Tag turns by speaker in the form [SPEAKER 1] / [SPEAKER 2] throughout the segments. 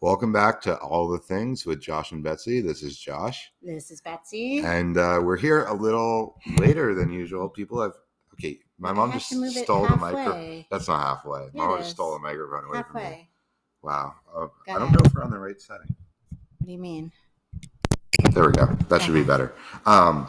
[SPEAKER 1] Welcome back to All the Things with Josh and Betsy. This is Josh,
[SPEAKER 2] This is Betsy.
[SPEAKER 1] and uh, we're here a little later than usual. People have okay. My mom
[SPEAKER 2] I have
[SPEAKER 1] just
[SPEAKER 2] to move it
[SPEAKER 1] stole the microphone.
[SPEAKER 2] halfway.
[SPEAKER 1] That's not halfway.
[SPEAKER 2] Yeah,
[SPEAKER 1] my
[SPEAKER 2] it
[SPEAKER 1] mom just
[SPEAKER 2] is.
[SPEAKER 1] stole the microphone away from me.
[SPEAKER 2] Halfway.
[SPEAKER 1] Wow, Oh,
[SPEAKER 2] Go
[SPEAKER 1] I don't
[SPEAKER 2] ahead.
[SPEAKER 1] know if we're on the right setting.
[SPEAKER 2] What do you mean?
[SPEAKER 1] There we go. That should be
[SPEAKER 2] Okay.
[SPEAKER 1] better. Um,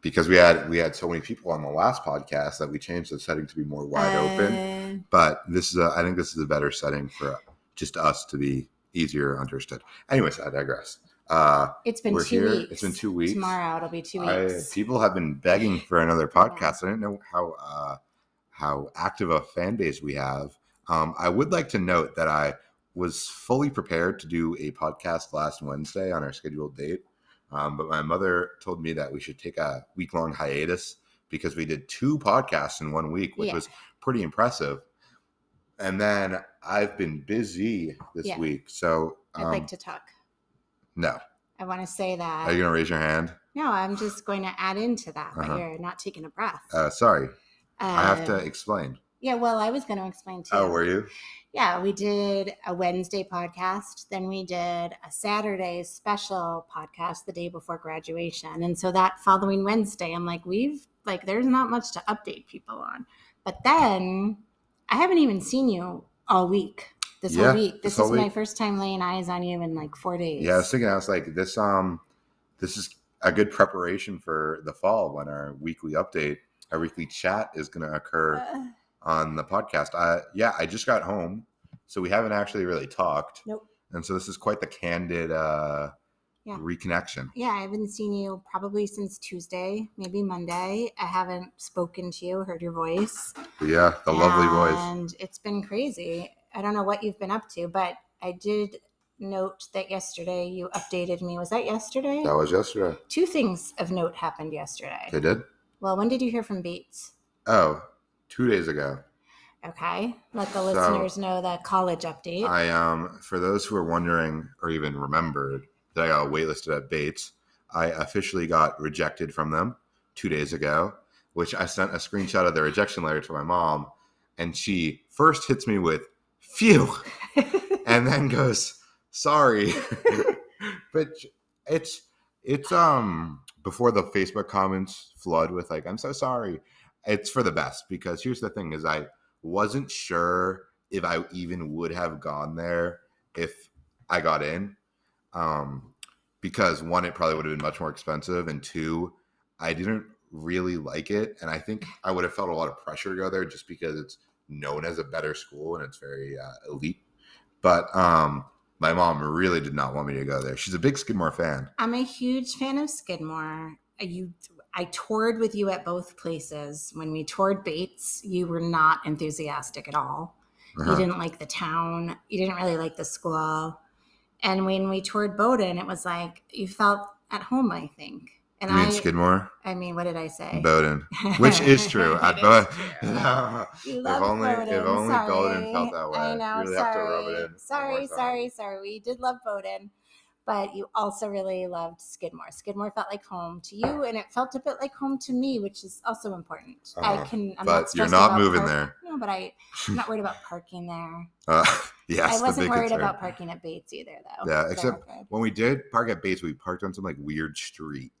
[SPEAKER 1] because we had we had so many people on the last podcast that we changed the setting to be more wide open.
[SPEAKER 2] open.
[SPEAKER 1] But this is a, I think this is a better setting for just us to be easier understood. Anyways, I digress. Uh,
[SPEAKER 2] It's been
[SPEAKER 1] we're
[SPEAKER 2] two
[SPEAKER 1] here.
[SPEAKER 2] weeks.
[SPEAKER 1] It's been two weeks.
[SPEAKER 2] Tomorrow it'll be two
[SPEAKER 1] I-
[SPEAKER 2] weeks.
[SPEAKER 1] people have been begging for another
[SPEAKER 2] I know.
[SPEAKER 1] podcast. I didn't know how uh, how active a fan base we have. Um, I would like to note that I was fully prepared to do a podcast last Wednesday on our scheduled date, um, but my mother told me that we should take a week long hiatus because we did two podcasts in one week, which
[SPEAKER 2] Yeah.
[SPEAKER 1] was pretty impressive. And then I've been busy this
[SPEAKER 2] Yeah.
[SPEAKER 1] week, so um,
[SPEAKER 2] I'd like to talk.
[SPEAKER 1] no.
[SPEAKER 2] I want to say that.
[SPEAKER 1] Are you gonna raise your hand?
[SPEAKER 2] no, I'm just going to add into that. But
[SPEAKER 1] Uh-huh.
[SPEAKER 2] you're not taking a breath.
[SPEAKER 1] Uh, sorry, I have to
[SPEAKER 2] Um,
[SPEAKER 1] explain.
[SPEAKER 2] Yeah, well, I was going to explain too.
[SPEAKER 1] Oh, were you?
[SPEAKER 2] Yeah, we did a Wednesday podcast, then we did a Saturday special podcast the day before graduation. And so that following Wednesday, I'm like, we've like there's not much to update people on. But then I haven't even seen you all week. This
[SPEAKER 1] Yeah,
[SPEAKER 2] whole
[SPEAKER 1] this
[SPEAKER 2] week. This,
[SPEAKER 1] whole
[SPEAKER 2] is my
[SPEAKER 1] week.
[SPEAKER 2] first time laying eyes on you in like four days.
[SPEAKER 1] Yeah, I was thinking. I was like, this um, this is a good preparation for the fall when our weekly update, our weekly chat is going to occur
[SPEAKER 2] Uh,
[SPEAKER 1] on the podcast. I yeah, I just got home, so we haven't actually really talked.
[SPEAKER 2] Nope.
[SPEAKER 1] And so this is quite the candid uh,
[SPEAKER 2] Yeah.
[SPEAKER 1] reconnection.
[SPEAKER 2] yeah, I haven't seen you probably since Tuesday, maybe Monday. I haven't spoken to you, heard your voice.
[SPEAKER 1] Yeah, the lovely voice.
[SPEAKER 2] And it's been crazy. I don't know what you've been up to, but I did note that yesterday you updated me. Was that yesterday?
[SPEAKER 1] That was yesterday.
[SPEAKER 2] Two things of note happened yesterday.
[SPEAKER 1] They did.
[SPEAKER 2] Well, when did you hear from Bates?
[SPEAKER 1] Oh, two days ago.
[SPEAKER 2] Okay. Let the
[SPEAKER 1] So-
[SPEAKER 2] listeners know the college update.
[SPEAKER 1] I um for those who are wondering or even remembered that I got waitlisted at Bates, I officially got rejected from them two days ago, which I sent a screenshot of the rejection letter to my mom, and she first hits me with "phew" and then goes "sorry," but it's it's um before the Facebook comments flood with like "I'm so sorry." It's for the best because here's the thing: is I wasn't sure if I even would have gone there if I got in. Um, because one, it probably would have been much more expensive, and two, I didn't really like it, and I think I would have felt a lot of pressure to go there just because it's known as a better school and it's very uh, elite. But um, my mom really did not want me to go there. She's a big Skidmore fan.
[SPEAKER 2] I'm a huge fan of Skidmore. You, I toured with you at both places. When we toured Bates, you were not enthusiastic at all.
[SPEAKER 1] Uh-huh.
[SPEAKER 2] You didn't like the town. You didn't really like the school. And when we toured Bowdoin, it was like you felt at home, I think. And
[SPEAKER 1] You mean
[SPEAKER 2] I,
[SPEAKER 1] Skidmore,
[SPEAKER 2] I mean, what did I say?
[SPEAKER 1] Bowden, which is true.
[SPEAKER 2] It
[SPEAKER 1] At
[SPEAKER 2] is
[SPEAKER 1] Bo-
[SPEAKER 2] true. You love
[SPEAKER 1] only- if
[SPEAKER 2] Bowdoin.
[SPEAKER 1] only
[SPEAKER 2] sorry.
[SPEAKER 1] Bowdoin felt that way.
[SPEAKER 2] I
[SPEAKER 1] You
[SPEAKER 2] know.
[SPEAKER 1] really have to
[SPEAKER 2] sorry.
[SPEAKER 1] rub it in one more
[SPEAKER 2] Sorry,
[SPEAKER 1] time.
[SPEAKER 2] sorry, sorry. We did love Bowdoin, but you also really loved Skidmore. Skidmore felt like home to you, and it felt a bit like home to me, which is also important. I
[SPEAKER 1] Uh-huh.
[SPEAKER 2] can. I'm
[SPEAKER 1] but
[SPEAKER 2] not
[SPEAKER 1] you're
[SPEAKER 2] stressed
[SPEAKER 1] not
[SPEAKER 2] about
[SPEAKER 1] moving
[SPEAKER 2] park-
[SPEAKER 1] there.
[SPEAKER 2] No, but I, I'm not worried about parking there.
[SPEAKER 1] Uh, yes,
[SPEAKER 2] I
[SPEAKER 1] the
[SPEAKER 2] wasn't
[SPEAKER 1] big
[SPEAKER 2] worried
[SPEAKER 1] concern.
[SPEAKER 2] about parking at Bates either, though.
[SPEAKER 1] Yeah,
[SPEAKER 2] So,
[SPEAKER 1] except-
[SPEAKER 2] okay.
[SPEAKER 1] when we did park at Bates, we parked on some like weird street,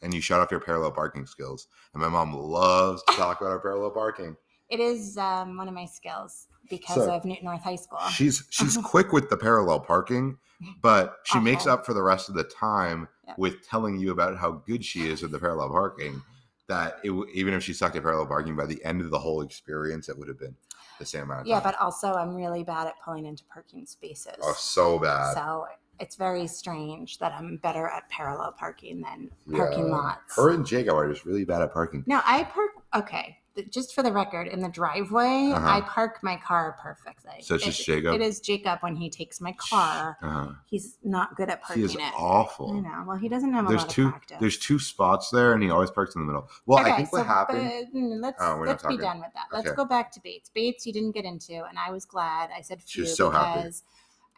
[SPEAKER 1] and you shut off your parallel parking skills. And my mom loves to talk about our parallel parking.
[SPEAKER 2] it is um, one of my skills because
[SPEAKER 1] So-
[SPEAKER 2] of Newton North High School.
[SPEAKER 1] She's she's
[SPEAKER 2] Uh-huh.
[SPEAKER 1] quick with the parallel parking, but she makes
[SPEAKER 2] Awful.
[SPEAKER 1] up for the rest of the time
[SPEAKER 2] Yeah.
[SPEAKER 1] with telling you about how good she is with the parallel parking. That it, w- even if she sucked at parallel parking, by the end of the whole experience, it would have been the same amount. Of
[SPEAKER 2] yeah,
[SPEAKER 1] time.
[SPEAKER 2] but also I'm really bad at pulling into parking spaces.
[SPEAKER 1] oh, so bad.
[SPEAKER 2] so it's very strange that I'm better at parallel parking than parking
[SPEAKER 1] Yeah.
[SPEAKER 2] lots.
[SPEAKER 1] Her and Jacob are just really bad at parking.
[SPEAKER 2] No, I park okay. th- Just for the record, in the driveway,
[SPEAKER 1] Uh-huh.
[SPEAKER 2] I park my car perfectly.
[SPEAKER 1] So it's
[SPEAKER 2] It-
[SPEAKER 1] just Jacob?
[SPEAKER 2] It is Jacob when he takes my car.
[SPEAKER 1] Uh-huh.
[SPEAKER 2] He's not good at
[SPEAKER 1] He
[SPEAKER 2] parking
[SPEAKER 1] is
[SPEAKER 2] it.
[SPEAKER 1] awful.
[SPEAKER 2] I know. Well, he doesn't have a
[SPEAKER 1] there's
[SPEAKER 2] lot
[SPEAKER 1] two
[SPEAKER 2] of practice.
[SPEAKER 1] there's two spots there and he always parks in the middle well i think what
[SPEAKER 2] so,
[SPEAKER 1] happened
[SPEAKER 2] but, mm, let's
[SPEAKER 1] Oh, we're not
[SPEAKER 2] let's be
[SPEAKER 1] talking.
[SPEAKER 2] done with that. Let's
[SPEAKER 1] Okay.
[SPEAKER 2] go back to Bates. Bates, you didn't get into, and I was glad. I said
[SPEAKER 1] She
[SPEAKER 2] phew
[SPEAKER 1] was so happy.
[SPEAKER 2] because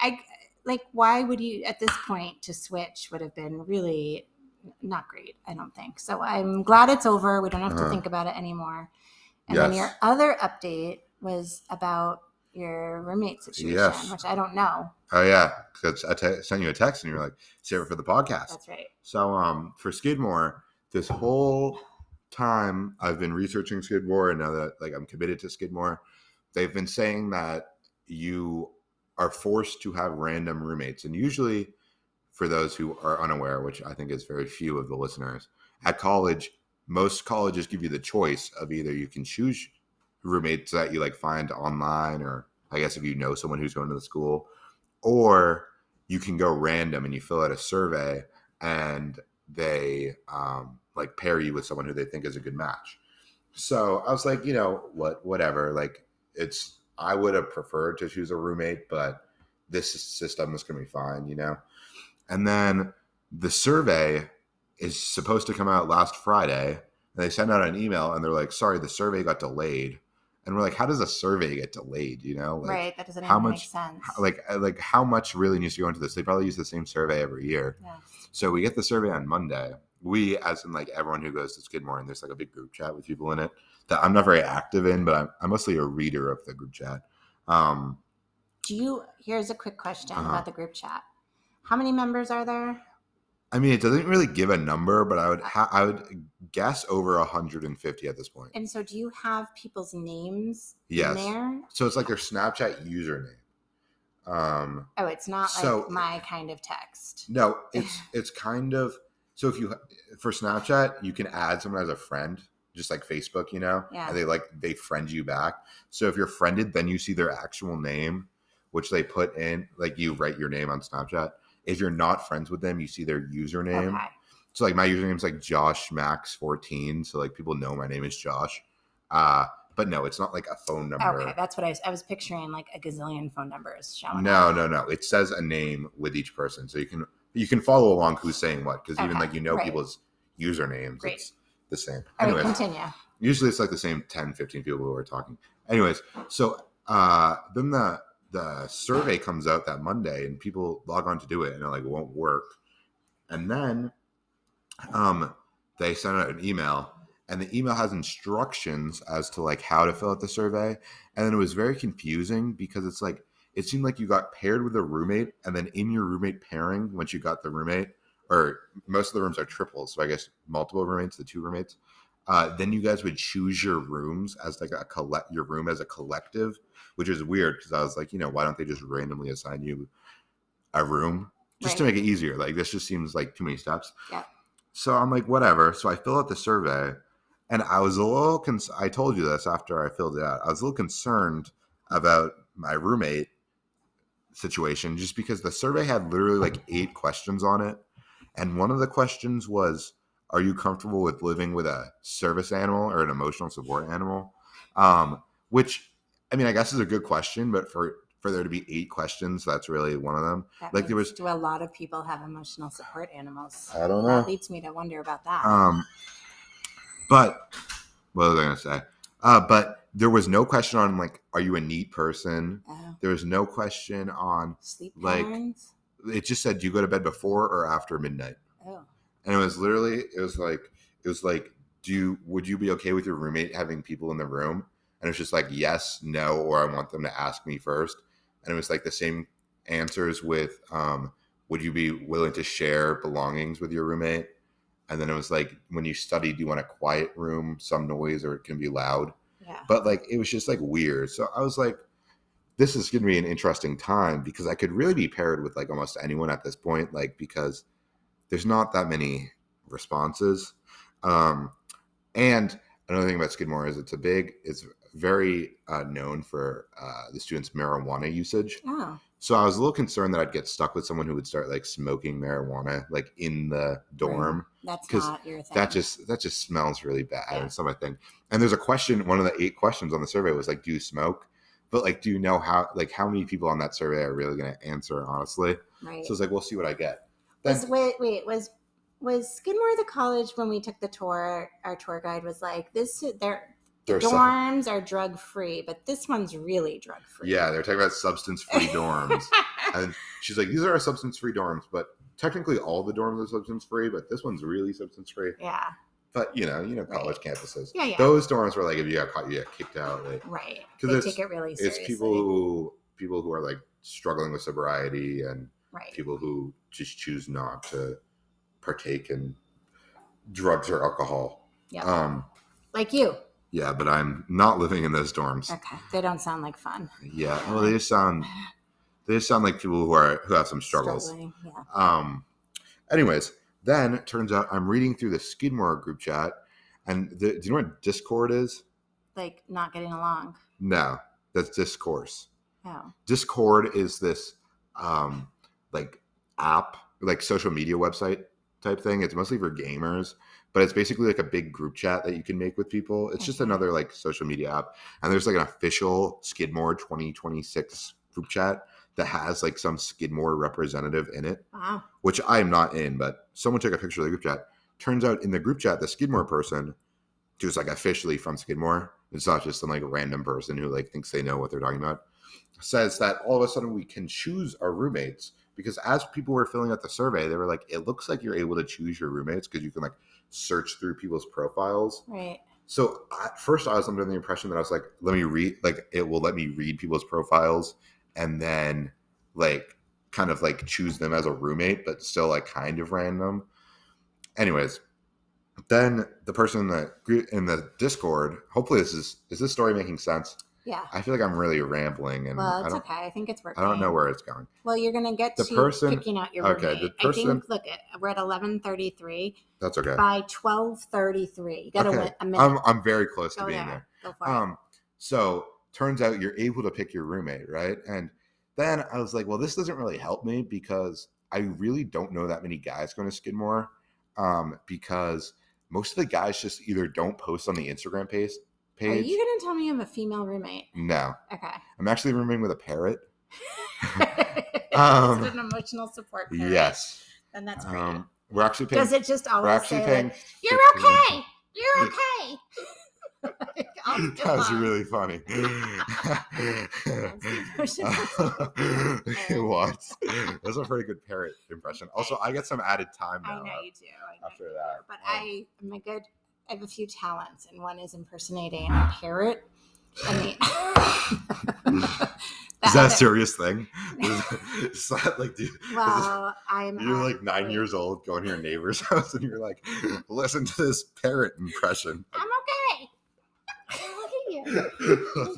[SPEAKER 2] I like why would you at this point to switch would have been really not great. I don't think so. I'm glad it's over. We don't have
[SPEAKER 1] Uh-huh.
[SPEAKER 2] to think about it anymore. And then your
[SPEAKER 1] Yes.
[SPEAKER 2] other update was about your roommate situation,
[SPEAKER 1] Yes.
[SPEAKER 2] which I don't know.
[SPEAKER 1] Oh yeah, because I te- sent you a text and you were like, "Save it for the podcast."
[SPEAKER 2] That's right.
[SPEAKER 1] So um, for Skidmore, this whole time I've been researching Skidmore, and now that like I'm committed to Skidmore, they've been saying that you are forced to have random roommates, and usually, for those who are unaware, which I think is very few of the listeners, at college, most colleges give you the choice of either you can choose roommates that you like find online, or I guess if you know someone who's going to the school, or you can go random and you fill out a survey and they um, like pair you with someone who they think is a good match. So I was like, you know what, whatever. Like it's, I would have preferred to choose a roommate, but this system is going to be fine, you know. And then the survey is supposed to come out last Friday, and they sent out an email and they're like, sorry, the survey got delayed. And we're like, how does a survey get delayed? You know, like,
[SPEAKER 2] right. That doesn't
[SPEAKER 1] how
[SPEAKER 2] even
[SPEAKER 1] much-
[SPEAKER 2] make sense.
[SPEAKER 1] how- like, uh, like how much really needs to go into this? They probably use the same survey every year.
[SPEAKER 2] yeah.
[SPEAKER 1] So we get the survey on Monday. We, as in like everyone who goes to Skidmore, and there's like a big group chat with people in it that I'm not very active in, but I'm, I'm mostly a reader of the group chat. Um,
[SPEAKER 2] Do you? Here's a quick question
[SPEAKER 1] Uh-huh.
[SPEAKER 2] about the group chat. How many members are there?
[SPEAKER 1] I mean, it doesn't really give a number, but I would ha- I would guess over 150 at this point.
[SPEAKER 2] And so, do you have people's names
[SPEAKER 1] Yes.
[SPEAKER 2] in there?
[SPEAKER 1] So it's like their Snapchat username. Um,
[SPEAKER 2] Oh, it's not
[SPEAKER 1] So-
[SPEAKER 2] like my kind of text.
[SPEAKER 1] no, it's it's kind of so if you for Snapchat you can add someone as a friend, just like Facebook, you know,
[SPEAKER 2] Yeah.
[SPEAKER 1] and they like they friend you back. So if you're friended, then you see their actual name, which they put in like you write your name on Snapchat. If you're not friends with them, you see their username.
[SPEAKER 2] Okay.
[SPEAKER 1] So like my username's like Josh Max 14, so like people know my name is Josh. Uh but no, it's not like a phone number.
[SPEAKER 2] Okay, that's what I was, I was picturing like a gazillion phone numbers showing up.
[SPEAKER 1] No, no, no. It says a name with each person, so you can you can follow along who's saying what because even
[SPEAKER 2] Okay,
[SPEAKER 1] like you know
[SPEAKER 2] right.
[SPEAKER 1] people's usernames.
[SPEAKER 2] Great.
[SPEAKER 1] It's the same.
[SPEAKER 2] All right,
[SPEAKER 1] Anyways,
[SPEAKER 2] continue.
[SPEAKER 1] usually it's like the same 10, 15 people who are talking. Anyways, so uh, then the the survey comes out that Monday, and people log on to do it, and it like won't work. And then um, they sent out an email and the email has instructions as to like how to fill out the survey and then it was very confusing because it's like it seemed like you got paired with a roommate and then in your roommate pairing once you got the roommate or most of the rooms are triples so i guess multiple roommates the two roommates uh, then you guys would choose your rooms as like a collect your room as a collective which is weird because i was like you know why don't they just randomly assign you a room just to
[SPEAKER 2] Right.
[SPEAKER 1] make it easier like this just seems like too many steps so I'm like, whatever. So I fill out the survey, and I was a little. Cons- I told you this after I filled it out. I was a little concerned about my roommate situation, just because the survey had literally like eight questions on it, and one of the questions was, "Are you comfortable with living with a service animal or an emotional support animal?" Um, which, I mean, I guess is a good question, but for for there to be eight questions, that's really one of them.
[SPEAKER 2] That
[SPEAKER 1] like there
[SPEAKER 2] means-
[SPEAKER 1] was- Uh-huh.
[SPEAKER 2] do a lot of people have emotional support animals?
[SPEAKER 1] I don't
[SPEAKER 2] That leads me to wonder about that.
[SPEAKER 1] Um, but what was I going to say? Uh, but there was no question on like, are you a neat person?
[SPEAKER 2] Oh,
[SPEAKER 1] There was no question on.
[SPEAKER 2] sleep
[SPEAKER 1] like-
[SPEAKER 2] patterns.
[SPEAKER 1] It just said, do you go to bed before or after midnight?
[SPEAKER 2] Oh,
[SPEAKER 1] And it was literally, it was like, it was like, do you, would you be okay with your roommate having people in the room? And it was just like, yes, no, or I want them to ask me first. And it was like the same answers with, um, would you be willing to share belongings with your roommate? And then it was like, when you study, do you want a quiet room, some noise, or it can be loud?
[SPEAKER 2] yeah.
[SPEAKER 1] But like, it was just like weird. So I was like, this is going to be an interesting time because I could really be paired with like almost anyone at this point, like, because there's not that many responses. Um, and another thing about Skidmore is it's a big, it's very uh, known for uh, the students' marijuana usage.
[SPEAKER 2] Oh,
[SPEAKER 1] So I was a little concerned that I'd get stuck with someone who would start like smoking marijuana like in the dorm.
[SPEAKER 2] that's
[SPEAKER 1] 'Cause
[SPEAKER 2] not your thing.
[SPEAKER 1] That just that just smells really bad.
[SPEAKER 2] Yeah.
[SPEAKER 1] It's not my thing. And there's a question. One of the eight questions on the survey was like, "Do you smoke?" But like, do you know how like how many people on that survey are really going to answer honestly?
[SPEAKER 2] right.
[SPEAKER 1] So it's like, we'll see what I get. Then,
[SPEAKER 2] was, wait, wait, was was Skidmore the college when we took the tour? Our tour guide was like, "This their
[SPEAKER 1] there was some-
[SPEAKER 2] dorms are drug free, but this one's really drug free."
[SPEAKER 1] yeah, they're talking about substance-free dorms. and she's like, "These are our substance-free dorms, but technically all the dorms are substance-free, but this one's really substance-free."
[SPEAKER 2] yeah.
[SPEAKER 1] But you know, you know,
[SPEAKER 2] Right.
[SPEAKER 1] college campuses.
[SPEAKER 2] Yeah, yeah.
[SPEAKER 1] Those dorms were like, if you got caught, you got kicked out. Like,
[SPEAKER 2] right.
[SPEAKER 1] 'Cause
[SPEAKER 2] They
[SPEAKER 1] it's-
[SPEAKER 2] take it really
[SPEAKER 1] it's
[SPEAKER 2] seriously.
[SPEAKER 1] people who people who are like struggling with sobriety and
[SPEAKER 2] right.
[SPEAKER 1] people who just choose not to partake in drugs or alcohol.
[SPEAKER 2] Yeah.
[SPEAKER 1] Um,
[SPEAKER 2] like you.
[SPEAKER 1] yeah, but I'm not living in those dorms.
[SPEAKER 2] Okay. They don't sound like fun.
[SPEAKER 1] Yeah. Well, they just sound they just sound like people who are who have some struggles.
[SPEAKER 2] Struggling. Yeah.
[SPEAKER 1] Um, anyways, then it turns out I'm reading through the Skidmore group chat, and the, do you know what Discord is?
[SPEAKER 2] Like not getting along.
[SPEAKER 1] No, that's discourse.
[SPEAKER 2] Oh.
[SPEAKER 1] Discord is this um, like app, like social media website type thing. It's mostly for gamers, but it's basically like a big group chat that you can make with people. It's just
[SPEAKER 2] Okay.
[SPEAKER 1] another like social media app, and there's like an official Skidmore 2026 group chat that has like some Skidmore representative in it
[SPEAKER 2] Wow.
[SPEAKER 1] which I am not in, but someone took a picture of the group chat. Turns out in the group chat, the Skidmore person who's like officially from Skidmore, it's not just some like random person who like thinks they know what they're talking about, says that all of a sudden we can choose our roommates because as people were filling out the survey, they were like, it looks like you're able to choose your roommates because you can like search through people's profiles.
[SPEAKER 2] Right.
[SPEAKER 1] So at first, I was under the impression that I was like, let me read, like, it will let me read people's profiles and then, like, kind of like choose them as a roommate, but still, like, kind of random. Anyways, then the person in the, gr- in the Discord, hopefully, this is, is this story making sense?
[SPEAKER 2] Yeah.
[SPEAKER 1] I feel like I'm really rambling and
[SPEAKER 2] Well,
[SPEAKER 1] I
[SPEAKER 2] it's
[SPEAKER 1] don't,
[SPEAKER 2] okay. I think it's working.
[SPEAKER 1] I don't know where it's going.
[SPEAKER 2] Well, you're gonna get
[SPEAKER 1] The
[SPEAKER 2] to
[SPEAKER 1] person-
[SPEAKER 2] picking out your
[SPEAKER 1] okay,
[SPEAKER 2] roommate.
[SPEAKER 1] the
[SPEAKER 2] I think
[SPEAKER 1] person-
[SPEAKER 2] look, at- we're at 11:33.
[SPEAKER 1] That's okay.
[SPEAKER 2] By 12:33, you got
[SPEAKER 1] Okay,
[SPEAKER 2] a, wi- a minute.
[SPEAKER 1] I'm, I'm very close to
[SPEAKER 2] Go
[SPEAKER 1] being there.
[SPEAKER 2] there. Go for it.
[SPEAKER 1] Um, so turns out you're able to pick your roommate, right? And then I was like, well, this doesn't really help me because I really don't know that many guys going to Skidmore. Um, because most of the guys just either don't post on the Instagram page.
[SPEAKER 2] Are
[SPEAKER 1] Page.
[SPEAKER 2] Oh, you gonna tell me you have a female roommate?
[SPEAKER 1] no,
[SPEAKER 2] Okay.
[SPEAKER 1] I'm actually rooming with a parrot. Um,
[SPEAKER 2] it's an emotional support. parent.
[SPEAKER 1] Yes.
[SPEAKER 2] Then that's great.
[SPEAKER 1] Um, we're actually paying.
[SPEAKER 2] Does it just
[SPEAKER 1] we're
[SPEAKER 2] always
[SPEAKER 1] actually
[SPEAKER 2] say
[SPEAKER 1] paying.
[SPEAKER 2] like, "You're
[SPEAKER 1] $15.
[SPEAKER 2] okay. You're okay"? Like, all day
[SPEAKER 1] that was
[SPEAKER 2] long.
[SPEAKER 1] really funny. it was. That was a pretty good parrot impression. Also, I get some added time
[SPEAKER 2] I
[SPEAKER 1] now.
[SPEAKER 2] know you do. I know
[SPEAKER 1] after
[SPEAKER 2] you
[SPEAKER 1] that,
[SPEAKER 2] do. But
[SPEAKER 1] um,
[SPEAKER 2] I am a good. I have a few talents, and one is impersonating a parrot. And the, the
[SPEAKER 1] Is that a
[SPEAKER 2] other-
[SPEAKER 1] serious thing? Is, is that like, do,
[SPEAKER 2] Well, I'm.
[SPEAKER 1] you're like nine
[SPEAKER 2] actually-
[SPEAKER 1] years old going to your neighbor's house and you're like, listen to this parrot impression.
[SPEAKER 2] I'm okay. Look at you.
[SPEAKER 1] oh,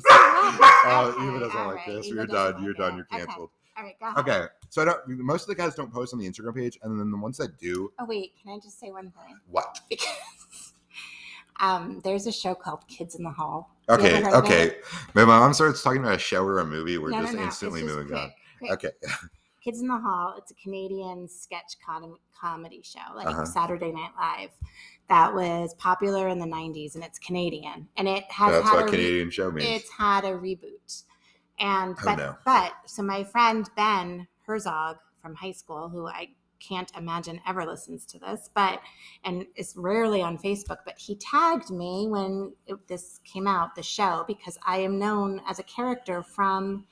[SPEAKER 2] laughing.
[SPEAKER 1] Eva doesn't
[SPEAKER 2] All
[SPEAKER 1] like
[SPEAKER 2] right,
[SPEAKER 1] this.
[SPEAKER 2] Eva
[SPEAKER 1] You're
[SPEAKER 2] doesn't
[SPEAKER 1] done.
[SPEAKER 2] like
[SPEAKER 1] You're done.
[SPEAKER 2] it.
[SPEAKER 1] You're
[SPEAKER 2] Okay.
[SPEAKER 1] canceled.
[SPEAKER 2] All right, go ahead.
[SPEAKER 1] Okay, so I don't. Most of the guys don't post on the Instagram page, and then the ones that do,
[SPEAKER 2] Oh wait, can I just say one thing?
[SPEAKER 1] what?
[SPEAKER 2] Because um, there's a show called Kids in the Hall. You ever
[SPEAKER 1] Okay,
[SPEAKER 2] heard of
[SPEAKER 1] okay. My mom starts talking about a show or a movie. We're
[SPEAKER 2] No, no,
[SPEAKER 1] just
[SPEAKER 2] no, it's
[SPEAKER 1] instantly
[SPEAKER 2] just
[SPEAKER 1] moving on.
[SPEAKER 2] quick, quick.
[SPEAKER 1] Okay,
[SPEAKER 2] Kids in the Hall. It's a Canadian sketch com- comedy show, like
[SPEAKER 1] Uh-huh.
[SPEAKER 2] Saturday Night Live, that was popular in the '90s, and it's Canadian, and it has
[SPEAKER 1] that's
[SPEAKER 2] had
[SPEAKER 1] what
[SPEAKER 2] a re-
[SPEAKER 1] Canadian show means.
[SPEAKER 2] it's had a reboot. And
[SPEAKER 1] Oh,
[SPEAKER 2] but
[SPEAKER 1] no.
[SPEAKER 2] but so my friend Ben Herzog from high school, who I can't imagine ever listens to this, but and is rarely on Facebook, but he tagged me when it, this came out, the show, because I am known as a character from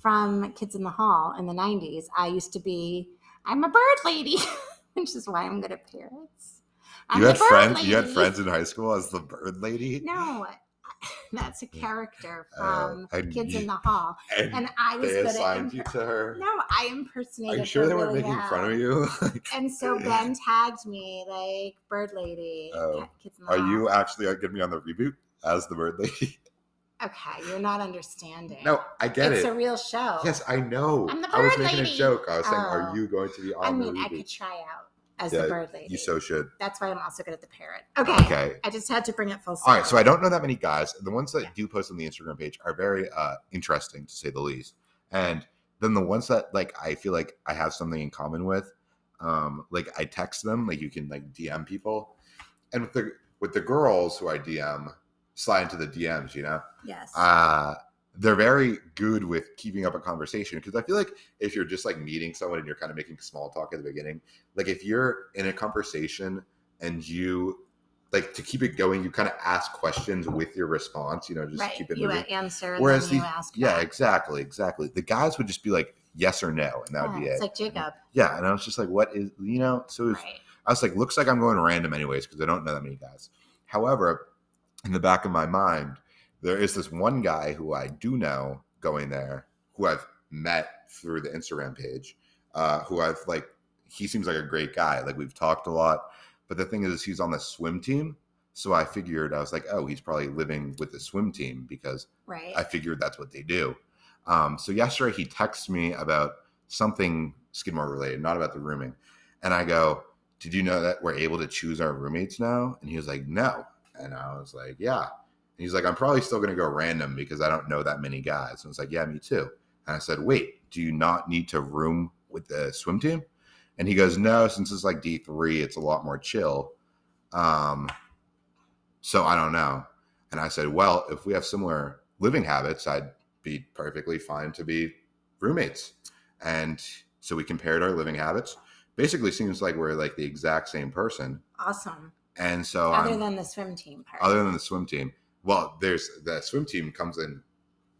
[SPEAKER 2] from Kids in the Hall in the '90s. I used to be I'm a bird lady, which is why I'm good at parrots. I'm
[SPEAKER 1] You
[SPEAKER 2] the
[SPEAKER 1] had
[SPEAKER 2] bird
[SPEAKER 1] friends. You had
[SPEAKER 2] lady.
[SPEAKER 1] friends in high school as the bird lady.
[SPEAKER 2] No, that's a character
[SPEAKER 1] Uh,
[SPEAKER 2] from
[SPEAKER 1] and
[SPEAKER 2] Kids in
[SPEAKER 1] you-
[SPEAKER 2] the Hall,
[SPEAKER 1] and
[SPEAKER 2] and I was
[SPEAKER 1] they
[SPEAKER 2] good
[SPEAKER 1] assigned
[SPEAKER 2] at.
[SPEAKER 1] you
[SPEAKER 2] Imp-
[SPEAKER 1] to her.
[SPEAKER 2] no, I impersonated.
[SPEAKER 1] I'm sure
[SPEAKER 2] her
[SPEAKER 1] they weren't
[SPEAKER 2] really
[SPEAKER 1] making
[SPEAKER 2] well.
[SPEAKER 1] fun of you. Like,
[SPEAKER 2] And so Ben tagged me like Bird Lady.
[SPEAKER 1] Oh.
[SPEAKER 2] Ki- Kids in the
[SPEAKER 1] are
[SPEAKER 2] Hall.
[SPEAKER 1] you actually going to be on the reboot as the bird lady?
[SPEAKER 2] Okay, you're not understanding.
[SPEAKER 1] No, I get
[SPEAKER 2] it's
[SPEAKER 1] it.
[SPEAKER 2] a real show.
[SPEAKER 1] Yes, I know.
[SPEAKER 2] I'm the
[SPEAKER 1] I was
[SPEAKER 2] bird
[SPEAKER 1] making
[SPEAKER 2] lady.
[SPEAKER 1] a joke. I was saying, are
[SPEAKER 2] Oh.
[SPEAKER 1] you going to be on
[SPEAKER 2] I mean
[SPEAKER 1] the
[SPEAKER 2] I
[SPEAKER 1] reboot?
[SPEAKER 2] could try out as
[SPEAKER 1] Yeah,
[SPEAKER 2] the Bird Lady.
[SPEAKER 1] You so should.
[SPEAKER 2] That's why I'm also good at the parrot. Okay,
[SPEAKER 1] Okay.
[SPEAKER 2] I just had to bring it full circle.
[SPEAKER 1] All right, so I don't know that many guys. The ones that do post on the Instagram page are very uh, interesting, to say the least. And then the ones that like I feel like I have something in common with, um, like I text them, like you can like DM people, and with the with the girls who I DM slide into the DMs, you know,
[SPEAKER 2] yes.
[SPEAKER 1] uh, they're very good with keeping up a conversation because I feel like if you're just like meeting someone and you're kind of making small talk at the beginning, like if you're in a conversation and you like to keep it going, you kind of ask questions with your response, you know, just
[SPEAKER 2] right.
[SPEAKER 1] keep it
[SPEAKER 2] you
[SPEAKER 1] moving.
[SPEAKER 2] answer and
[SPEAKER 1] Whereas
[SPEAKER 2] then you
[SPEAKER 1] the-
[SPEAKER 2] ask.
[SPEAKER 1] Yeah,
[SPEAKER 2] back.
[SPEAKER 1] exactly, exactly. The guys would just be like yes or no, and that would
[SPEAKER 2] Yeah,
[SPEAKER 1] be
[SPEAKER 2] It's
[SPEAKER 1] it.
[SPEAKER 2] like Jacob,
[SPEAKER 1] yeah, and I was just like, what is you know? So it was,
[SPEAKER 2] right?
[SPEAKER 1] I was like, looks like I'm going random anyways because I don't know that many guys. However, in the back of my mind, there is this one guy who I do know going there, who I've met through the Instagram page, uh, who I've like, he seems like a great guy. Like we've talked a lot, but the thing is, he's on the swim team. So I figured I was like, oh, he's probably living with the swim team because
[SPEAKER 2] right?
[SPEAKER 1] I figured that's what they do. Um, so yesterday he texts me about something Skidmore related, not about the rooming. And I go, Did you know that we're able to choose our roommates now? And he was like, No. And I was like, Yeah. And he's like, I'm probably still going to go random because I don't know that many guys. And I was like, Yeah, me too. And I said, Wait, do you not need to room with the swim team? And he goes, No, since it's like D3, it's a lot more chill. Um, so I don't know. And I said, Well, if we have similar living habits, I'd be perfectly fine to be roommates. And so we compared our living habits. Basically, seems like we're like the exact same person.
[SPEAKER 2] awesome.
[SPEAKER 1] And so,
[SPEAKER 2] other
[SPEAKER 1] I'm,
[SPEAKER 2] than the swim team part,
[SPEAKER 1] other than the swim team, well, there's the swim team comes in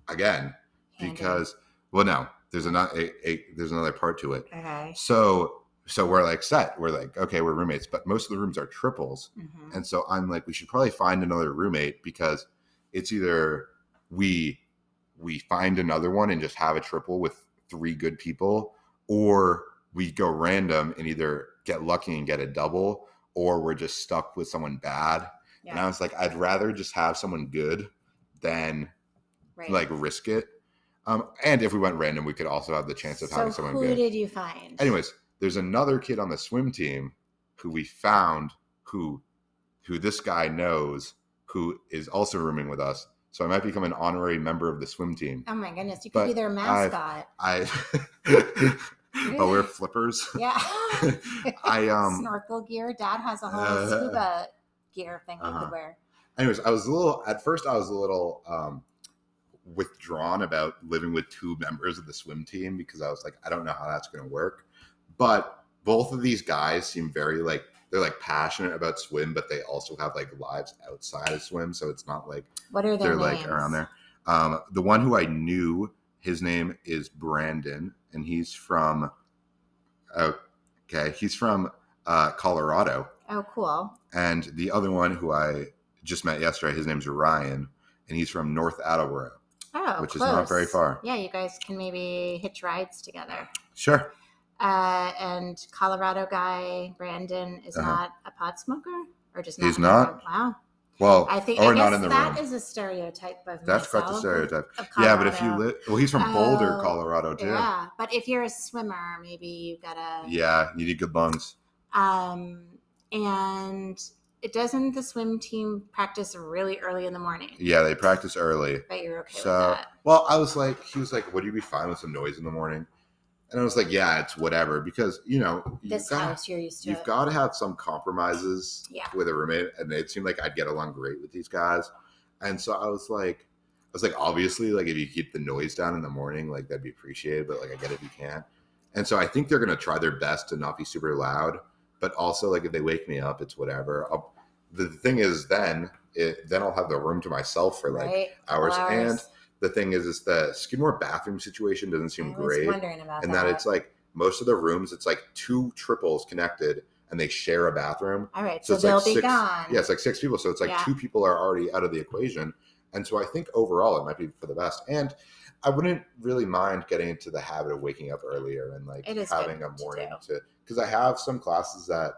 [SPEAKER 1] again
[SPEAKER 2] Handy.
[SPEAKER 1] because, well, no, there's another a, a, there's another part to it.
[SPEAKER 2] okay,
[SPEAKER 1] So, so we're like set. We're like, okay, we're roommates, but most of the rooms are triples.
[SPEAKER 2] hmm
[SPEAKER 1] And so I'm like, we should probably find another roommate because it's either we we find another one and just have a triple with three good people, or we go random and either get lucky and get a double, or we're just stuck with someone bad. And I
[SPEAKER 2] yeah,
[SPEAKER 1] was like, I'd rather just have someone good than
[SPEAKER 2] right.
[SPEAKER 1] like risk it. Um, and if we went random, we could also have the chance of
[SPEAKER 2] so
[SPEAKER 1] having someone
[SPEAKER 2] who
[SPEAKER 1] good.
[SPEAKER 2] did you find?
[SPEAKER 1] Anyways, there's another kid on the swim team who we found who who this guy knows who is also rooming with us. So I might become an honorary member of the swim team.
[SPEAKER 2] oh my goodness, you could be
[SPEAKER 1] But
[SPEAKER 2] their
[SPEAKER 1] I've-
[SPEAKER 2] mascot.
[SPEAKER 1] I but we're flippers.
[SPEAKER 2] yeah,
[SPEAKER 1] I um
[SPEAKER 2] snorkel gear. Dad has a whole
[SPEAKER 1] uh,
[SPEAKER 2] scuba gear thing you
[SPEAKER 1] uh-huh.
[SPEAKER 2] could wear.
[SPEAKER 1] anyways, I was a little at first I was a little um withdrawn about living with two members of the swim team because I was like, I don't know how that's gonna work. But both of these guys seem very like they're like passionate about swim, but they also have like lives outside of swim. So it's not like
[SPEAKER 2] What are their
[SPEAKER 1] they're
[SPEAKER 2] names?
[SPEAKER 1] like around there. Um, the one who I knew, his name is Brandon, and he's from okay, he's from uh, Colorado.
[SPEAKER 2] Oh, cool.
[SPEAKER 1] And the other one who I just met yesterday, his name's Ryan, and he's from North Attleboro.
[SPEAKER 2] Oh,
[SPEAKER 1] Which is not very
[SPEAKER 2] close.
[SPEAKER 1] far.
[SPEAKER 2] Yeah, you guys can maybe hitch rides together.
[SPEAKER 1] Sure.
[SPEAKER 2] Uh, and Colorado guy Brandon is
[SPEAKER 1] Uh-huh.
[SPEAKER 2] not a pot smoker, or just not
[SPEAKER 1] He's
[SPEAKER 2] in the
[SPEAKER 1] not.
[SPEAKER 2] room? Wow,
[SPEAKER 1] Well,
[SPEAKER 2] I think
[SPEAKER 1] or
[SPEAKER 2] I
[SPEAKER 1] not
[SPEAKER 2] guess
[SPEAKER 1] in the
[SPEAKER 2] that
[SPEAKER 1] room.
[SPEAKER 2] is a stereotype of
[SPEAKER 1] That's quite the
[SPEAKER 2] myself,
[SPEAKER 1] stereotype.
[SPEAKER 2] of
[SPEAKER 1] Yeah, but if you
[SPEAKER 2] Colorado.
[SPEAKER 1] live, well, he's from Boulder,
[SPEAKER 2] Oh,
[SPEAKER 1] Colorado, too. Yeah.
[SPEAKER 2] yeah, but if you're a swimmer, maybe you gotta.
[SPEAKER 1] you need good lungs.
[SPEAKER 2] Um, and it doesn't the swim team practice really early in the morning?
[SPEAKER 1] Yeah, they practice early.
[SPEAKER 2] But you're okay
[SPEAKER 1] So-
[SPEAKER 2] with that.
[SPEAKER 1] Well, I was like, he was like, would you be fine with some noise in the morning? And I was like, yeah, it's whatever. Because, you know, you've
[SPEAKER 2] This
[SPEAKER 1] got,
[SPEAKER 2] house, you're used to
[SPEAKER 1] you've
[SPEAKER 2] it.
[SPEAKER 1] got to have some compromises
[SPEAKER 2] Yeah.
[SPEAKER 1] with a roommate. And it seemed like I'd get along great with these guys. And so I was like, I was like, obviously, like if you keep the noise down in the morning, like that'd be appreciated. But like, I get it if you can't. And so I think they're going to try their best to not be super loud. But also, like, if they wake me up, it's whatever. I'll, the thing is, then, it, then I'll have the room to myself for like
[SPEAKER 2] right?
[SPEAKER 1] hours.
[SPEAKER 2] Couple
[SPEAKER 1] And the thing is, is the Skidmore bathroom situation doesn't seem
[SPEAKER 2] I was
[SPEAKER 1] great,
[SPEAKER 2] wondering about
[SPEAKER 1] and that it's like most of the rooms, it's like two triples connected, and they share a bathroom.
[SPEAKER 2] all right,
[SPEAKER 1] so
[SPEAKER 2] so,
[SPEAKER 1] it's like
[SPEAKER 2] they'll be
[SPEAKER 1] six-
[SPEAKER 2] gone.
[SPEAKER 1] Yeah, it's like six people, so it's like
[SPEAKER 2] Yeah.
[SPEAKER 1] two people are already out of the equation, and so I think overall it might be for the best. And I wouldn't really mind getting into the habit of waking up earlier and like
[SPEAKER 2] It is
[SPEAKER 1] having
[SPEAKER 2] good
[SPEAKER 1] a
[SPEAKER 2] to
[SPEAKER 1] morning
[SPEAKER 2] do.
[SPEAKER 1] to because I have some classes that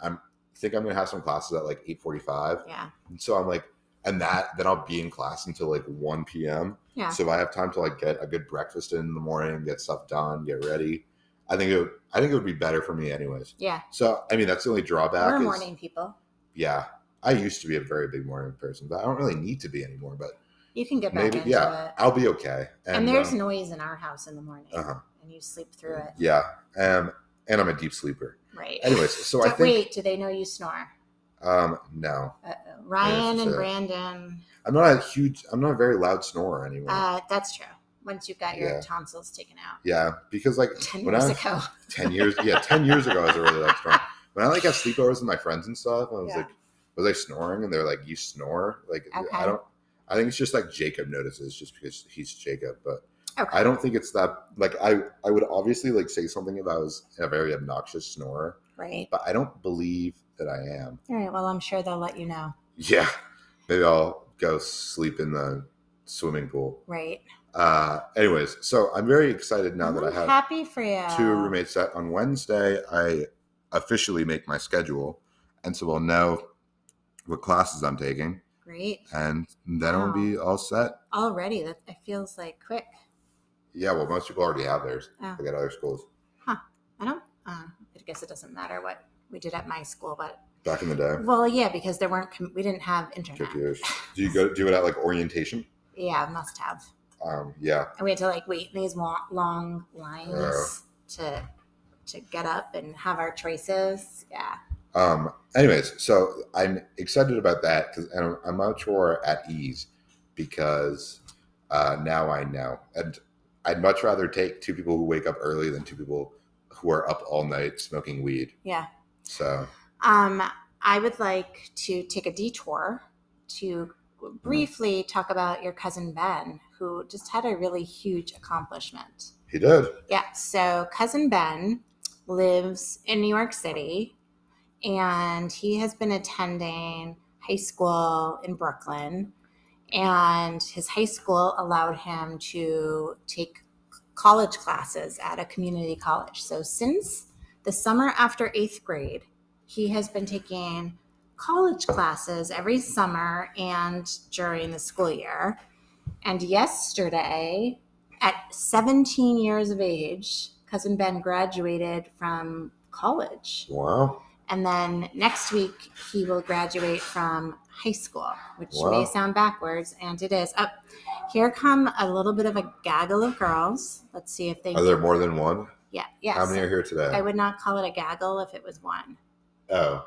[SPEAKER 1] I'm think I'm gonna have some classes at like eight forty five,
[SPEAKER 2] yeah,
[SPEAKER 1] and so I'm like, and that then I'll be in class until like one p.m.
[SPEAKER 2] yeah.
[SPEAKER 1] So if I have time to like get a good breakfast in the morning, get stuff done, get ready, I think it would, I think it would be better for me anyways.
[SPEAKER 2] Yeah.
[SPEAKER 1] So I mean that's the only drawback
[SPEAKER 2] We're
[SPEAKER 1] is
[SPEAKER 2] morning people.
[SPEAKER 1] yeah. I used to be a very big morning person, but I don't really need to be anymore. But
[SPEAKER 2] You can get back
[SPEAKER 1] maybe
[SPEAKER 2] into
[SPEAKER 1] yeah,
[SPEAKER 2] it.
[SPEAKER 1] I'll be okay.
[SPEAKER 2] And, there's
[SPEAKER 1] um,
[SPEAKER 2] noise in our house in the morning,
[SPEAKER 1] Uh-huh.
[SPEAKER 2] and you sleep through it.
[SPEAKER 1] yeah, um, and I'm a deep sleeper.
[SPEAKER 2] Right.
[SPEAKER 1] Anyways, so I
[SPEAKER 2] Do-
[SPEAKER 1] think
[SPEAKER 2] wait, do they know you snore?
[SPEAKER 1] um, no,
[SPEAKER 2] Uh, Ryan
[SPEAKER 1] it's,
[SPEAKER 2] and
[SPEAKER 1] uh,
[SPEAKER 2] Brandon.
[SPEAKER 1] I'm not a huge, I'm not a very loud snorer anymore.
[SPEAKER 2] Uh, that's true. Once you got your
[SPEAKER 1] Yeah.
[SPEAKER 2] tonsils taken out
[SPEAKER 1] yeah, because like
[SPEAKER 2] ten
[SPEAKER 1] when
[SPEAKER 2] years
[SPEAKER 1] I
[SPEAKER 2] ago,
[SPEAKER 1] 10 years yeah 10 years ago i was a really loud snorer when i like have sleepovers with my friends and stuff i was
[SPEAKER 2] Yeah.
[SPEAKER 1] like was i snoring and they're like you snore like
[SPEAKER 2] Okay.
[SPEAKER 1] i don't i think it's just like jacob notices just because he's jacob but
[SPEAKER 2] Okay.
[SPEAKER 1] I don't think it's that like I I would obviously like say something if I was a very obnoxious snorer,
[SPEAKER 2] Right.
[SPEAKER 1] but I don't believe that I am.
[SPEAKER 2] All right. Well, I'm sure they'll let you know.
[SPEAKER 1] Yeah. Maybe I'll go sleep in the swimming pool.
[SPEAKER 2] Right.
[SPEAKER 1] Uh anyways, so I'm very excited now that I
[SPEAKER 2] I'm
[SPEAKER 1] have
[SPEAKER 2] happy for you.
[SPEAKER 1] two roommates that on Wednesday I officially make my schedule and so we'll know what classes I'm taking
[SPEAKER 2] Great.
[SPEAKER 1] and then I'll
[SPEAKER 2] Wow.
[SPEAKER 1] be all set.
[SPEAKER 2] Already, that it feels like quick.
[SPEAKER 1] Yeah, well most people already have theirs.
[SPEAKER 2] Oh.
[SPEAKER 1] They got other schools.
[SPEAKER 2] I don't. Uh, I guess it doesn't matter what we did at my school, but
[SPEAKER 1] Back in the day.
[SPEAKER 2] well, yeah, because there weren't. Com- we didn't have internet.
[SPEAKER 1] Fifty years. Do you go do it at like orientation?
[SPEAKER 2] Yeah, must have.
[SPEAKER 1] Um yeah.
[SPEAKER 2] And we had to like wait in these long, long lines
[SPEAKER 1] Oh.
[SPEAKER 2] to to get up and have our choices. Yeah.
[SPEAKER 1] Um, anyways, so I'm excited about that because I'm, I'm much more at ease because uh, now I know. And I'd much rather take two people who wake up early than two people who are up all night smoking weed.
[SPEAKER 2] Yeah.
[SPEAKER 1] So,
[SPEAKER 2] Um, I would like to take a detour to briefly talk about your cousin Ben, who just had a really huge accomplishment.
[SPEAKER 1] he did.
[SPEAKER 2] Yeah. So cousin Ben lives in New York City, and he has been attending high school in Brooklyn, and his high school allowed him to take college classes at a community college. So since the summer after eighth grade, he has been taking college classes every summer and during the school year. And yesterday, at 17 years of age, cousin Ben graduated from college.
[SPEAKER 1] Wow.
[SPEAKER 2] And then next week, he will graduate from high school, which
[SPEAKER 1] Wow.
[SPEAKER 2] may sound backwards, and it is. Up here come a little bit of a gaggle of girls. Let's see if they.
[SPEAKER 1] Are there more than one?
[SPEAKER 2] Yeah. Yes.
[SPEAKER 1] How many are here today?
[SPEAKER 2] I would not call it a gaggle if it was one.
[SPEAKER 1] oh,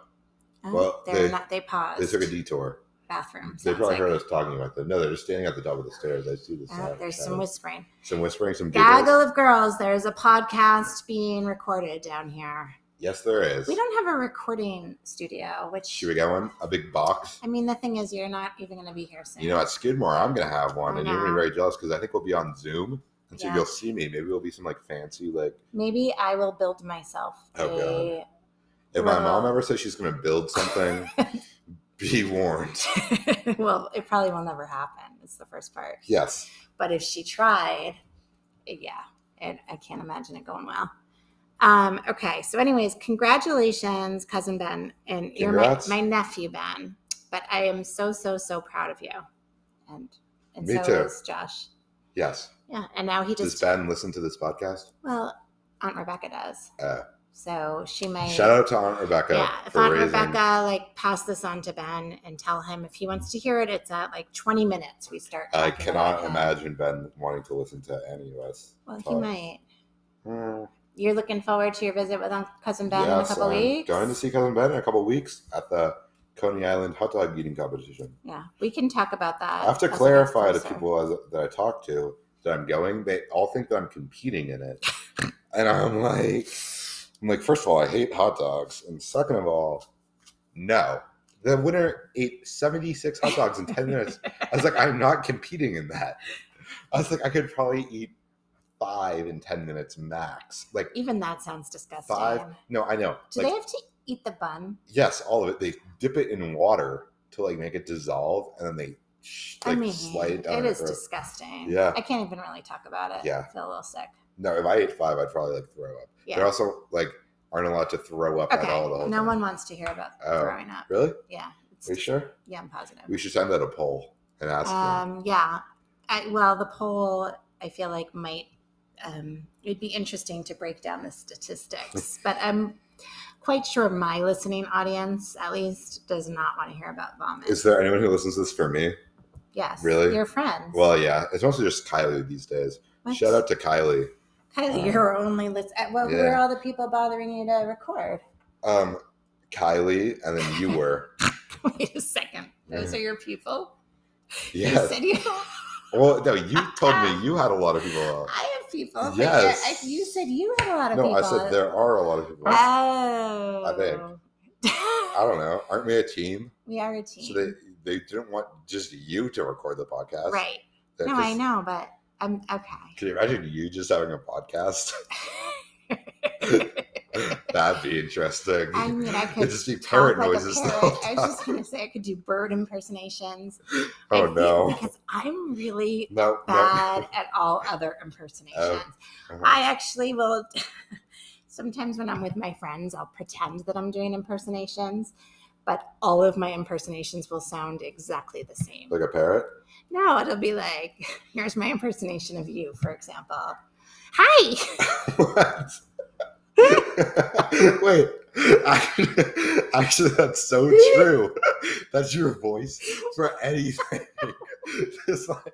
[SPEAKER 2] Oh,
[SPEAKER 1] Well,
[SPEAKER 2] they're
[SPEAKER 1] they-
[SPEAKER 2] not. They paused.
[SPEAKER 1] they took a detour.
[SPEAKER 2] bathroom.
[SPEAKER 1] They
[SPEAKER 2] sounds
[SPEAKER 1] probably
[SPEAKER 2] like.
[SPEAKER 1] heard us talking about them. No, they're just standing at the top of the stairs. I see this.
[SPEAKER 2] Oh, there's some whispering.
[SPEAKER 1] some whispering, some
[SPEAKER 2] Gaggle
[SPEAKER 1] giggles.
[SPEAKER 2] of girls. There's a podcast being recorded down here.
[SPEAKER 1] Yes, there is.
[SPEAKER 2] We don't have a recording studio, which
[SPEAKER 1] Should we get one? A big box?
[SPEAKER 2] I mean, the thing is, you're not even going to be here soon.
[SPEAKER 1] You know, at Skidmore, I'm gonna have one,
[SPEAKER 2] I
[SPEAKER 1] and you're gonna be
[SPEAKER 2] know.
[SPEAKER 1] very jealous because I think we'll be on Zoom, and so
[SPEAKER 2] Oh, Yeah.
[SPEAKER 1] you'll see me. Maybe we'll be some like fancy like.
[SPEAKER 2] Maybe I will build myself.
[SPEAKER 1] Oh,
[SPEAKER 2] a-
[SPEAKER 1] If my
[SPEAKER 2] Well-
[SPEAKER 1] mom ever says she's gonna build something, be warned.
[SPEAKER 2] well, it probably will never happen. It's the first part.
[SPEAKER 1] Yes,
[SPEAKER 2] But if she tried, yeah, it, I can't imagine it going well. Um, okay, so anyways, congratulations, cousin Ben, and you're my,
[SPEAKER 1] Congrats.
[SPEAKER 2] my nephew Ben. But I am so so so proud of you, and and
[SPEAKER 1] Me
[SPEAKER 2] so
[SPEAKER 1] too.
[SPEAKER 2] is Josh.
[SPEAKER 1] yes.
[SPEAKER 2] Yeah, and now he
[SPEAKER 1] Does
[SPEAKER 2] just
[SPEAKER 1] Ben listen to this podcast?
[SPEAKER 2] well, Aunt Rebecca does.
[SPEAKER 1] Uh,
[SPEAKER 2] so she might
[SPEAKER 1] Shout out to Aunt Rebecca
[SPEAKER 2] Yeah, if
[SPEAKER 1] for
[SPEAKER 2] Aunt
[SPEAKER 1] raising.
[SPEAKER 2] Rebecca like pass this on to Ben and tell him if he wants to hear it, it's at like 20 minutes. We start.
[SPEAKER 1] I
[SPEAKER 2] talking
[SPEAKER 1] cannot
[SPEAKER 2] about him.
[SPEAKER 1] imagine Ben wanting to listen to any of us.
[SPEAKER 2] Well, he
[SPEAKER 1] talk.
[SPEAKER 2] might.
[SPEAKER 1] Hmm.
[SPEAKER 2] You're looking forward to your visit with Uncle Cousin Ben in a
[SPEAKER 1] Yes,
[SPEAKER 2] couple
[SPEAKER 1] I'm
[SPEAKER 2] weeks.
[SPEAKER 1] Going to see cousin Ben in a couple weeks at the Coney Island hot dog eating competition.
[SPEAKER 2] Yeah, we can talk about that.
[SPEAKER 1] I have to
[SPEAKER 2] as it
[SPEAKER 1] clarify to
[SPEAKER 2] gets closer.
[SPEAKER 1] people as, that I talk to that I'm going. They all think that I'm competing in it, and I'm like, I'm like, first of all, I hate hot dogs, and second of all, no. The winner ate 76 hot dogs in 10 minutes. I was like, I'm not competing in that. I was like, I could probably eat five in 10 minutes max. Like,
[SPEAKER 2] Even that sounds disgusting.
[SPEAKER 1] Five- no, I know.
[SPEAKER 2] Do
[SPEAKER 1] like,
[SPEAKER 2] they have to eat the bun?
[SPEAKER 1] yes, all of it. They dip it in water to like make it dissolve, and then they sh-
[SPEAKER 2] I
[SPEAKER 1] like
[SPEAKER 2] mean,
[SPEAKER 1] slide it down. our
[SPEAKER 2] it is
[SPEAKER 1] throat.
[SPEAKER 2] disgusting.
[SPEAKER 1] Yeah.
[SPEAKER 2] I can't even really talk about it.
[SPEAKER 1] Yeah.
[SPEAKER 2] I feel a little sick.
[SPEAKER 1] No, if I ate five, I'd probably like throw up.
[SPEAKER 2] Yeah.
[SPEAKER 1] They're also like aren't allowed to throw up at all the
[SPEAKER 2] Okay.
[SPEAKER 1] whole
[SPEAKER 2] No
[SPEAKER 1] time.
[SPEAKER 2] one wants to hear about
[SPEAKER 1] Oh.
[SPEAKER 2] throwing up.
[SPEAKER 1] Really?
[SPEAKER 2] Yeah.
[SPEAKER 1] Are you
[SPEAKER 2] It's,
[SPEAKER 1] sure?
[SPEAKER 2] yeah, I'm positive.
[SPEAKER 1] We should send out a poll and ask them.
[SPEAKER 2] Um, yeah. I, well, the poll I feel like might um, it'd be interesting to break down the statistics, but I'm quite sure my listening audience, at least, does not want to hear about vomit.
[SPEAKER 1] Is there anyone who listens to this for me?
[SPEAKER 2] yes,
[SPEAKER 1] really?
[SPEAKER 2] your friends.
[SPEAKER 1] Well, yeah, it's mostly just Kylie these days.
[SPEAKER 2] What?
[SPEAKER 1] Shout out to Kylie.
[SPEAKER 2] Kylie, you're only list. uh, Well, who
[SPEAKER 1] Yeah.
[SPEAKER 2] are all the people bothering you to record?
[SPEAKER 1] Um, Kylie, and then you were.
[SPEAKER 2] Wait a second. Those are your people. You
[SPEAKER 1] Yes.
[SPEAKER 2] said you.
[SPEAKER 1] Well, no, you told me you had a lot of people. out.
[SPEAKER 2] I have people. but
[SPEAKER 1] Yes.
[SPEAKER 2] yeah, I- you said you had a lot of
[SPEAKER 1] No,
[SPEAKER 2] people.
[SPEAKER 1] I said there are a lot of people. I
[SPEAKER 2] Oh.
[SPEAKER 1] don't know. Aren't we a team?
[SPEAKER 2] we are a
[SPEAKER 1] So
[SPEAKER 2] team.
[SPEAKER 1] they they didn't want just you to record the podcast,
[SPEAKER 2] Right.
[SPEAKER 1] That
[SPEAKER 2] no, I
[SPEAKER 1] just-
[SPEAKER 2] know, but Um, okay.
[SPEAKER 1] Can you imagine you just having a podcast? That'd be interesting.
[SPEAKER 2] I mean, I could
[SPEAKER 1] It'd just be parrot
[SPEAKER 2] talk like a
[SPEAKER 1] noises. the
[SPEAKER 2] parrot.
[SPEAKER 1] whole
[SPEAKER 2] I was just
[SPEAKER 1] time.
[SPEAKER 2] gonna say I could do bird impersonations. I
[SPEAKER 1] Oh
[SPEAKER 2] feel-
[SPEAKER 1] no.
[SPEAKER 2] Because I'm really
[SPEAKER 1] No, no.
[SPEAKER 2] bad at all other impersonations.
[SPEAKER 1] Uh-huh.
[SPEAKER 2] I actually will. Sometimes when I'm with my friends, I'll pretend that I'm doing impersonations, but all of my impersonations will sound exactly the same.
[SPEAKER 1] Like a parrot?
[SPEAKER 2] No, it'll be like, here's my impersonation of you, for example. Hi.
[SPEAKER 1] What? Wait. I- Actually, that's so true. That's your voice for anything. This like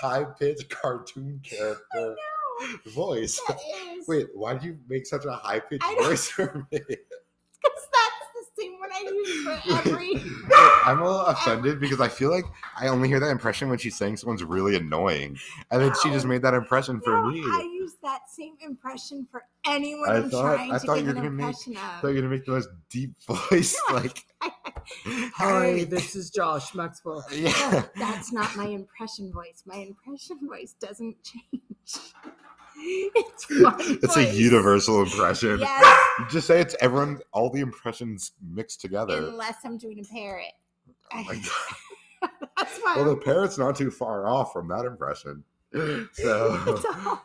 [SPEAKER 1] high pitched cartoon character voice.
[SPEAKER 2] That is.
[SPEAKER 1] Wait, why do you make such a high pitched
[SPEAKER 2] I don't-
[SPEAKER 1] voice for me?
[SPEAKER 2] 'cause that's the same one I use for every.
[SPEAKER 1] I'm a little offended because I feel like I only hear that impression when she's saying someone's really annoying, and then she just made that impression for
[SPEAKER 2] No,
[SPEAKER 1] me.
[SPEAKER 2] I use that same impression for anyone
[SPEAKER 1] I
[SPEAKER 2] I am
[SPEAKER 1] thought-
[SPEAKER 2] trying
[SPEAKER 1] I
[SPEAKER 2] to
[SPEAKER 1] thought
[SPEAKER 2] give
[SPEAKER 1] you were
[SPEAKER 2] an
[SPEAKER 1] gonna make-
[SPEAKER 2] impression
[SPEAKER 1] I
[SPEAKER 2] of.
[SPEAKER 1] thought you were gonna make the most deep voice, like
[SPEAKER 3] Hi, this is Josh Maxwell.
[SPEAKER 1] yeah.
[SPEAKER 2] No, that's not my impression voice. My impression voice doesn't change. It's one
[SPEAKER 1] It's a
[SPEAKER 2] voice.
[SPEAKER 1] universal impression.
[SPEAKER 2] Yes,
[SPEAKER 1] Just say it's everyone, all the impressions mixed together.
[SPEAKER 2] unless I'm doing a parrot.
[SPEAKER 1] Oh my God.
[SPEAKER 2] That's my.
[SPEAKER 1] Well, the parrot's not too far off from that impression. So,
[SPEAKER 2] it's all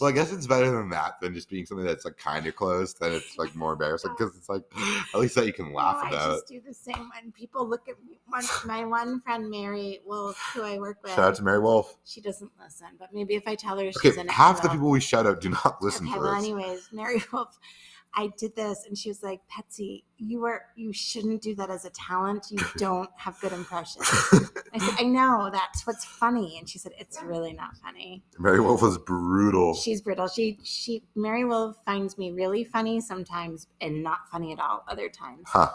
[SPEAKER 1] well, I guess it's better than that than just being something that's like kind of close. Then it's like more embarrassing because it's like at least that you can
[SPEAKER 2] No,
[SPEAKER 1] laugh
[SPEAKER 2] I
[SPEAKER 1] about.
[SPEAKER 2] just do the same when people look at me. One, my one friend, Mary Wolf, who I work with,
[SPEAKER 1] Shout out to Mary Wolf.
[SPEAKER 2] she doesn't listen, but maybe if I tell her she's
[SPEAKER 1] Okay,
[SPEAKER 2] in it,
[SPEAKER 1] half
[SPEAKER 2] she
[SPEAKER 1] the
[SPEAKER 2] will.
[SPEAKER 1] people we shout out do not listen
[SPEAKER 2] okay,
[SPEAKER 1] to
[SPEAKER 2] well,
[SPEAKER 1] us.
[SPEAKER 2] anyways, Mary Wolf, I did this, and she was like, "Patsy, you are you shouldn't do that as a talent. You don't have good impressions." I said, "I know that's what's funny," and she said, "It's really not funny."
[SPEAKER 1] Mary Wolf was brutal.
[SPEAKER 2] She's brittle. She she Mary Wolf finds me really funny sometimes, and not funny at all other times.
[SPEAKER 1] huh.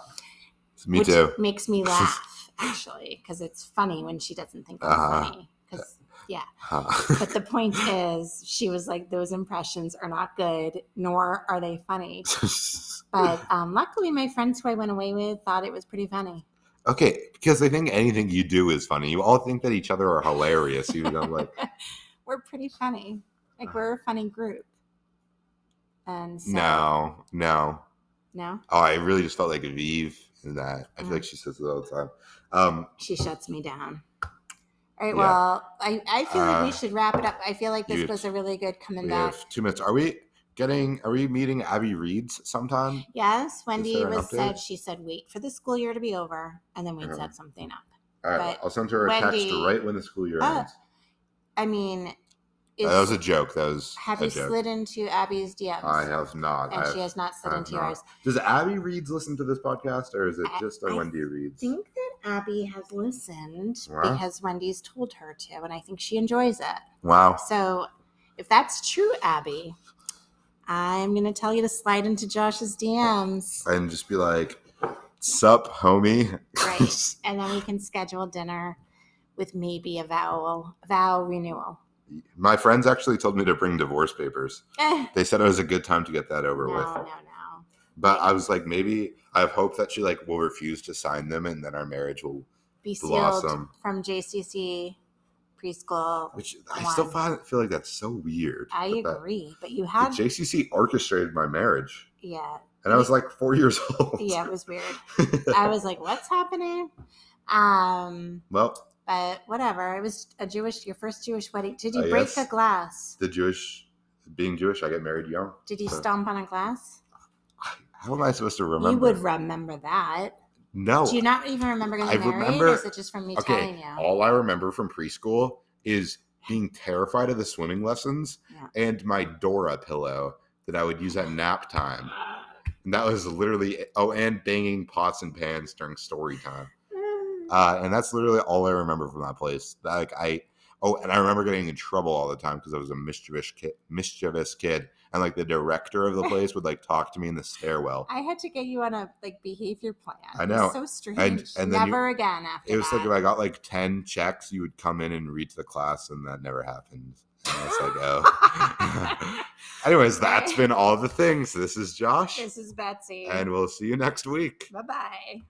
[SPEAKER 1] Me
[SPEAKER 2] which
[SPEAKER 1] too.
[SPEAKER 2] Makes me laugh actually because it's funny when she doesn't think I'm
[SPEAKER 1] Uh-huh.
[SPEAKER 2] funny. 'Cause- yeah.
[SPEAKER 1] Huh.
[SPEAKER 2] But the point is, she was like, those impressions are not good, nor are they funny. But um, luckily, my friends who I went away with thought it was pretty funny.
[SPEAKER 1] okay, because they think anything you do is funny. You all think that each other are hilarious. You know, like
[SPEAKER 2] We're pretty funny. Like, we're a funny group. And so,
[SPEAKER 1] no, no.
[SPEAKER 2] no,
[SPEAKER 1] Oh, I really just felt like Vive in that. I feel
[SPEAKER 2] Mm.
[SPEAKER 1] like she says it all the time. Um,
[SPEAKER 2] she shuts me down. All
[SPEAKER 1] Yeah.
[SPEAKER 2] right, well, I, I feel like we
[SPEAKER 1] Uh,
[SPEAKER 2] should wrap it up. I feel like this
[SPEAKER 1] you-
[SPEAKER 2] was a really good coming
[SPEAKER 1] we
[SPEAKER 2] back.
[SPEAKER 1] have two minutes. Are we getting? Are we meeting Abby Reed's sometime?
[SPEAKER 2] Yes, Wendy
[SPEAKER 1] there an
[SPEAKER 2] was said,
[SPEAKER 1] update?
[SPEAKER 2] she said, wait for the school year to be over. And then we
[SPEAKER 1] Uh-huh.
[SPEAKER 2] set something up.
[SPEAKER 1] All right,
[SPEAKER 2] But
[SPEAKER 1] Uh, I'll send her a text
[SPEAKER 2] Wendy-
[SPEAKER 1] right when the school year
[SPEAKER 2] Oh,
[SPEAKER 1] ends.
[SPEAKER 2] I mean,
[SPEAKER 1] Uh,
[SPEAKER 2] is,
[SPEAKER 1] that was a joke. That was
[SPEAKER 2] have
[SPEAKER 1] a
[SPEAKER 2] you
[SPEAKER 1] joke.
[SPEAKER 2] slid into Abby's DMs?
[SPEAKER 1] I have not.
[SPEAKER 2] and
[SPEAKER 1] I
[SPEAKER 2] she has not slid
[SPEAKER 1] I have
[SPEAKER 2] into
[SPEAKER 1] not.
[SPEAKER 2] yours.
[SPEAKER 1] Does Abby Reeds listen to this podcast, or is it
[SPEAKER 2] I-
[SPEAKER 1] just a
[SPEAKER 2] I
[SPEAKER 1] Wendy Reeds?
[SPEAKER 2] think that Abby has listened
[SPEAKER 1] Wow.
[SPEAKER 2] because Wendy's told her to, and I think she enjoys it.
[SPEAKER 1] Wow.
[SPEAKER 2] So if that's true, Abby, I'm going to tell you to slide into Josh's DMs.
[SPEAKER 1] And just be like, "Sup, homie."
[SPEAKER 2] Right. and then we can schedule dinner with maybe a vowel, vow renewal.
[SPEAKER 1] My friends actually told me to bring divorce papers.
[SPEAKER 2] Eh,
[SPEAKER 1] They said it was a good time to get that over
[SPEAKER 2] no, no,
[SPEAKER 1] with.
[SPEAKER 2] no.
[SPEAKER 1] But I was like, maybe I have hope that she like will refuse to sign them, and then our marriage will.
[SPEAKER 2] Be sealed
[SPEAKER 1] Blossom.
[SPEAKER 2] from JCC preschool.
[SPEAKER 1] Which I still
[SPEAKER 2] Why?
[SPEAKER 1] find, feel like that's so weird.
[SPEAKER 2] I
[SPEAKER 1] that that-
[SPEAKER 2] agree, but you
[SPEAKER 1] the
[SPEAKER 2] had,
[SPEAKER 1] JCC orchestrated my marriage,
[SPEAKER 2] yeah,
[SPEAKER 1] and I was like four years old.
[SPEAKER 2] yeah, it was weird. I was like, what's happening? Um,
[SPEAKER 1] well,
[SPEAKER 2] but whatever. It was a Jewish, your first Jewish wedding. Did you
[SPEAKER 1] I
[SPEAKER 2] break
[SPEAKER 1] guess.
[SPEAKER 2] a glass?
[SPEAKER 1] the Jewish, being Jewish, I get married young.
[SPEAKER 2] Did you
[SPEAKER 1] Uh,
[SPEAKER 2] stomp on a glass?
[SPEAKER 1] How am I supposed to remember?
[SPEAKER 2] You would remember that.
[SPEAKER 1] no.
[SPEAKER 2] Do you not even remember getting
[SPEAKER 1] I
[SPEAKER 2] married?
[SPEAKER 1] remember-
[SPEAKER 2] or is it just from me
[SPEAKER 1] okay,
[SPEAKER 2] telling you?
[SPEAKER 1] all I remember from preschool is being terrified of the swimming lessons
[SPEAKER 2] Yeah.
[SPEAKER 1] and my Dora pillow that I would use at nap time. And that was literally it. oh, and banging pots and pans during story time. Uh, and that's literally all I remember from that place. That, Like I oh, and I remember getting in trouble all the time because I was a mischievous kid, mischievous kid, and like the director of the place would like talk to me in the stairwell.
[SPEAKER 2] I had to get you on a like behavior plan.
[SPEAKER 1] I
[SPEAKER 2] It was
[SPEAKER 1] know.
[SPEAKER 2] so strange.
[SPEAKER 1] and then you-
[SPEAKER 2] Never again after
[SPEAKER 1] It was
[SPEAKER 2] that.
[SPEAKER 1] like if I got like ten checks, you would come in and read to the class, and that never happened. And I was like, oh. Anyways, that's been all the things. This is Josh,
[SPEAKER 2] this is Betsy.
[SPEAKER 1] and we'll see you next week.
[SPEAKER 2] bye bye.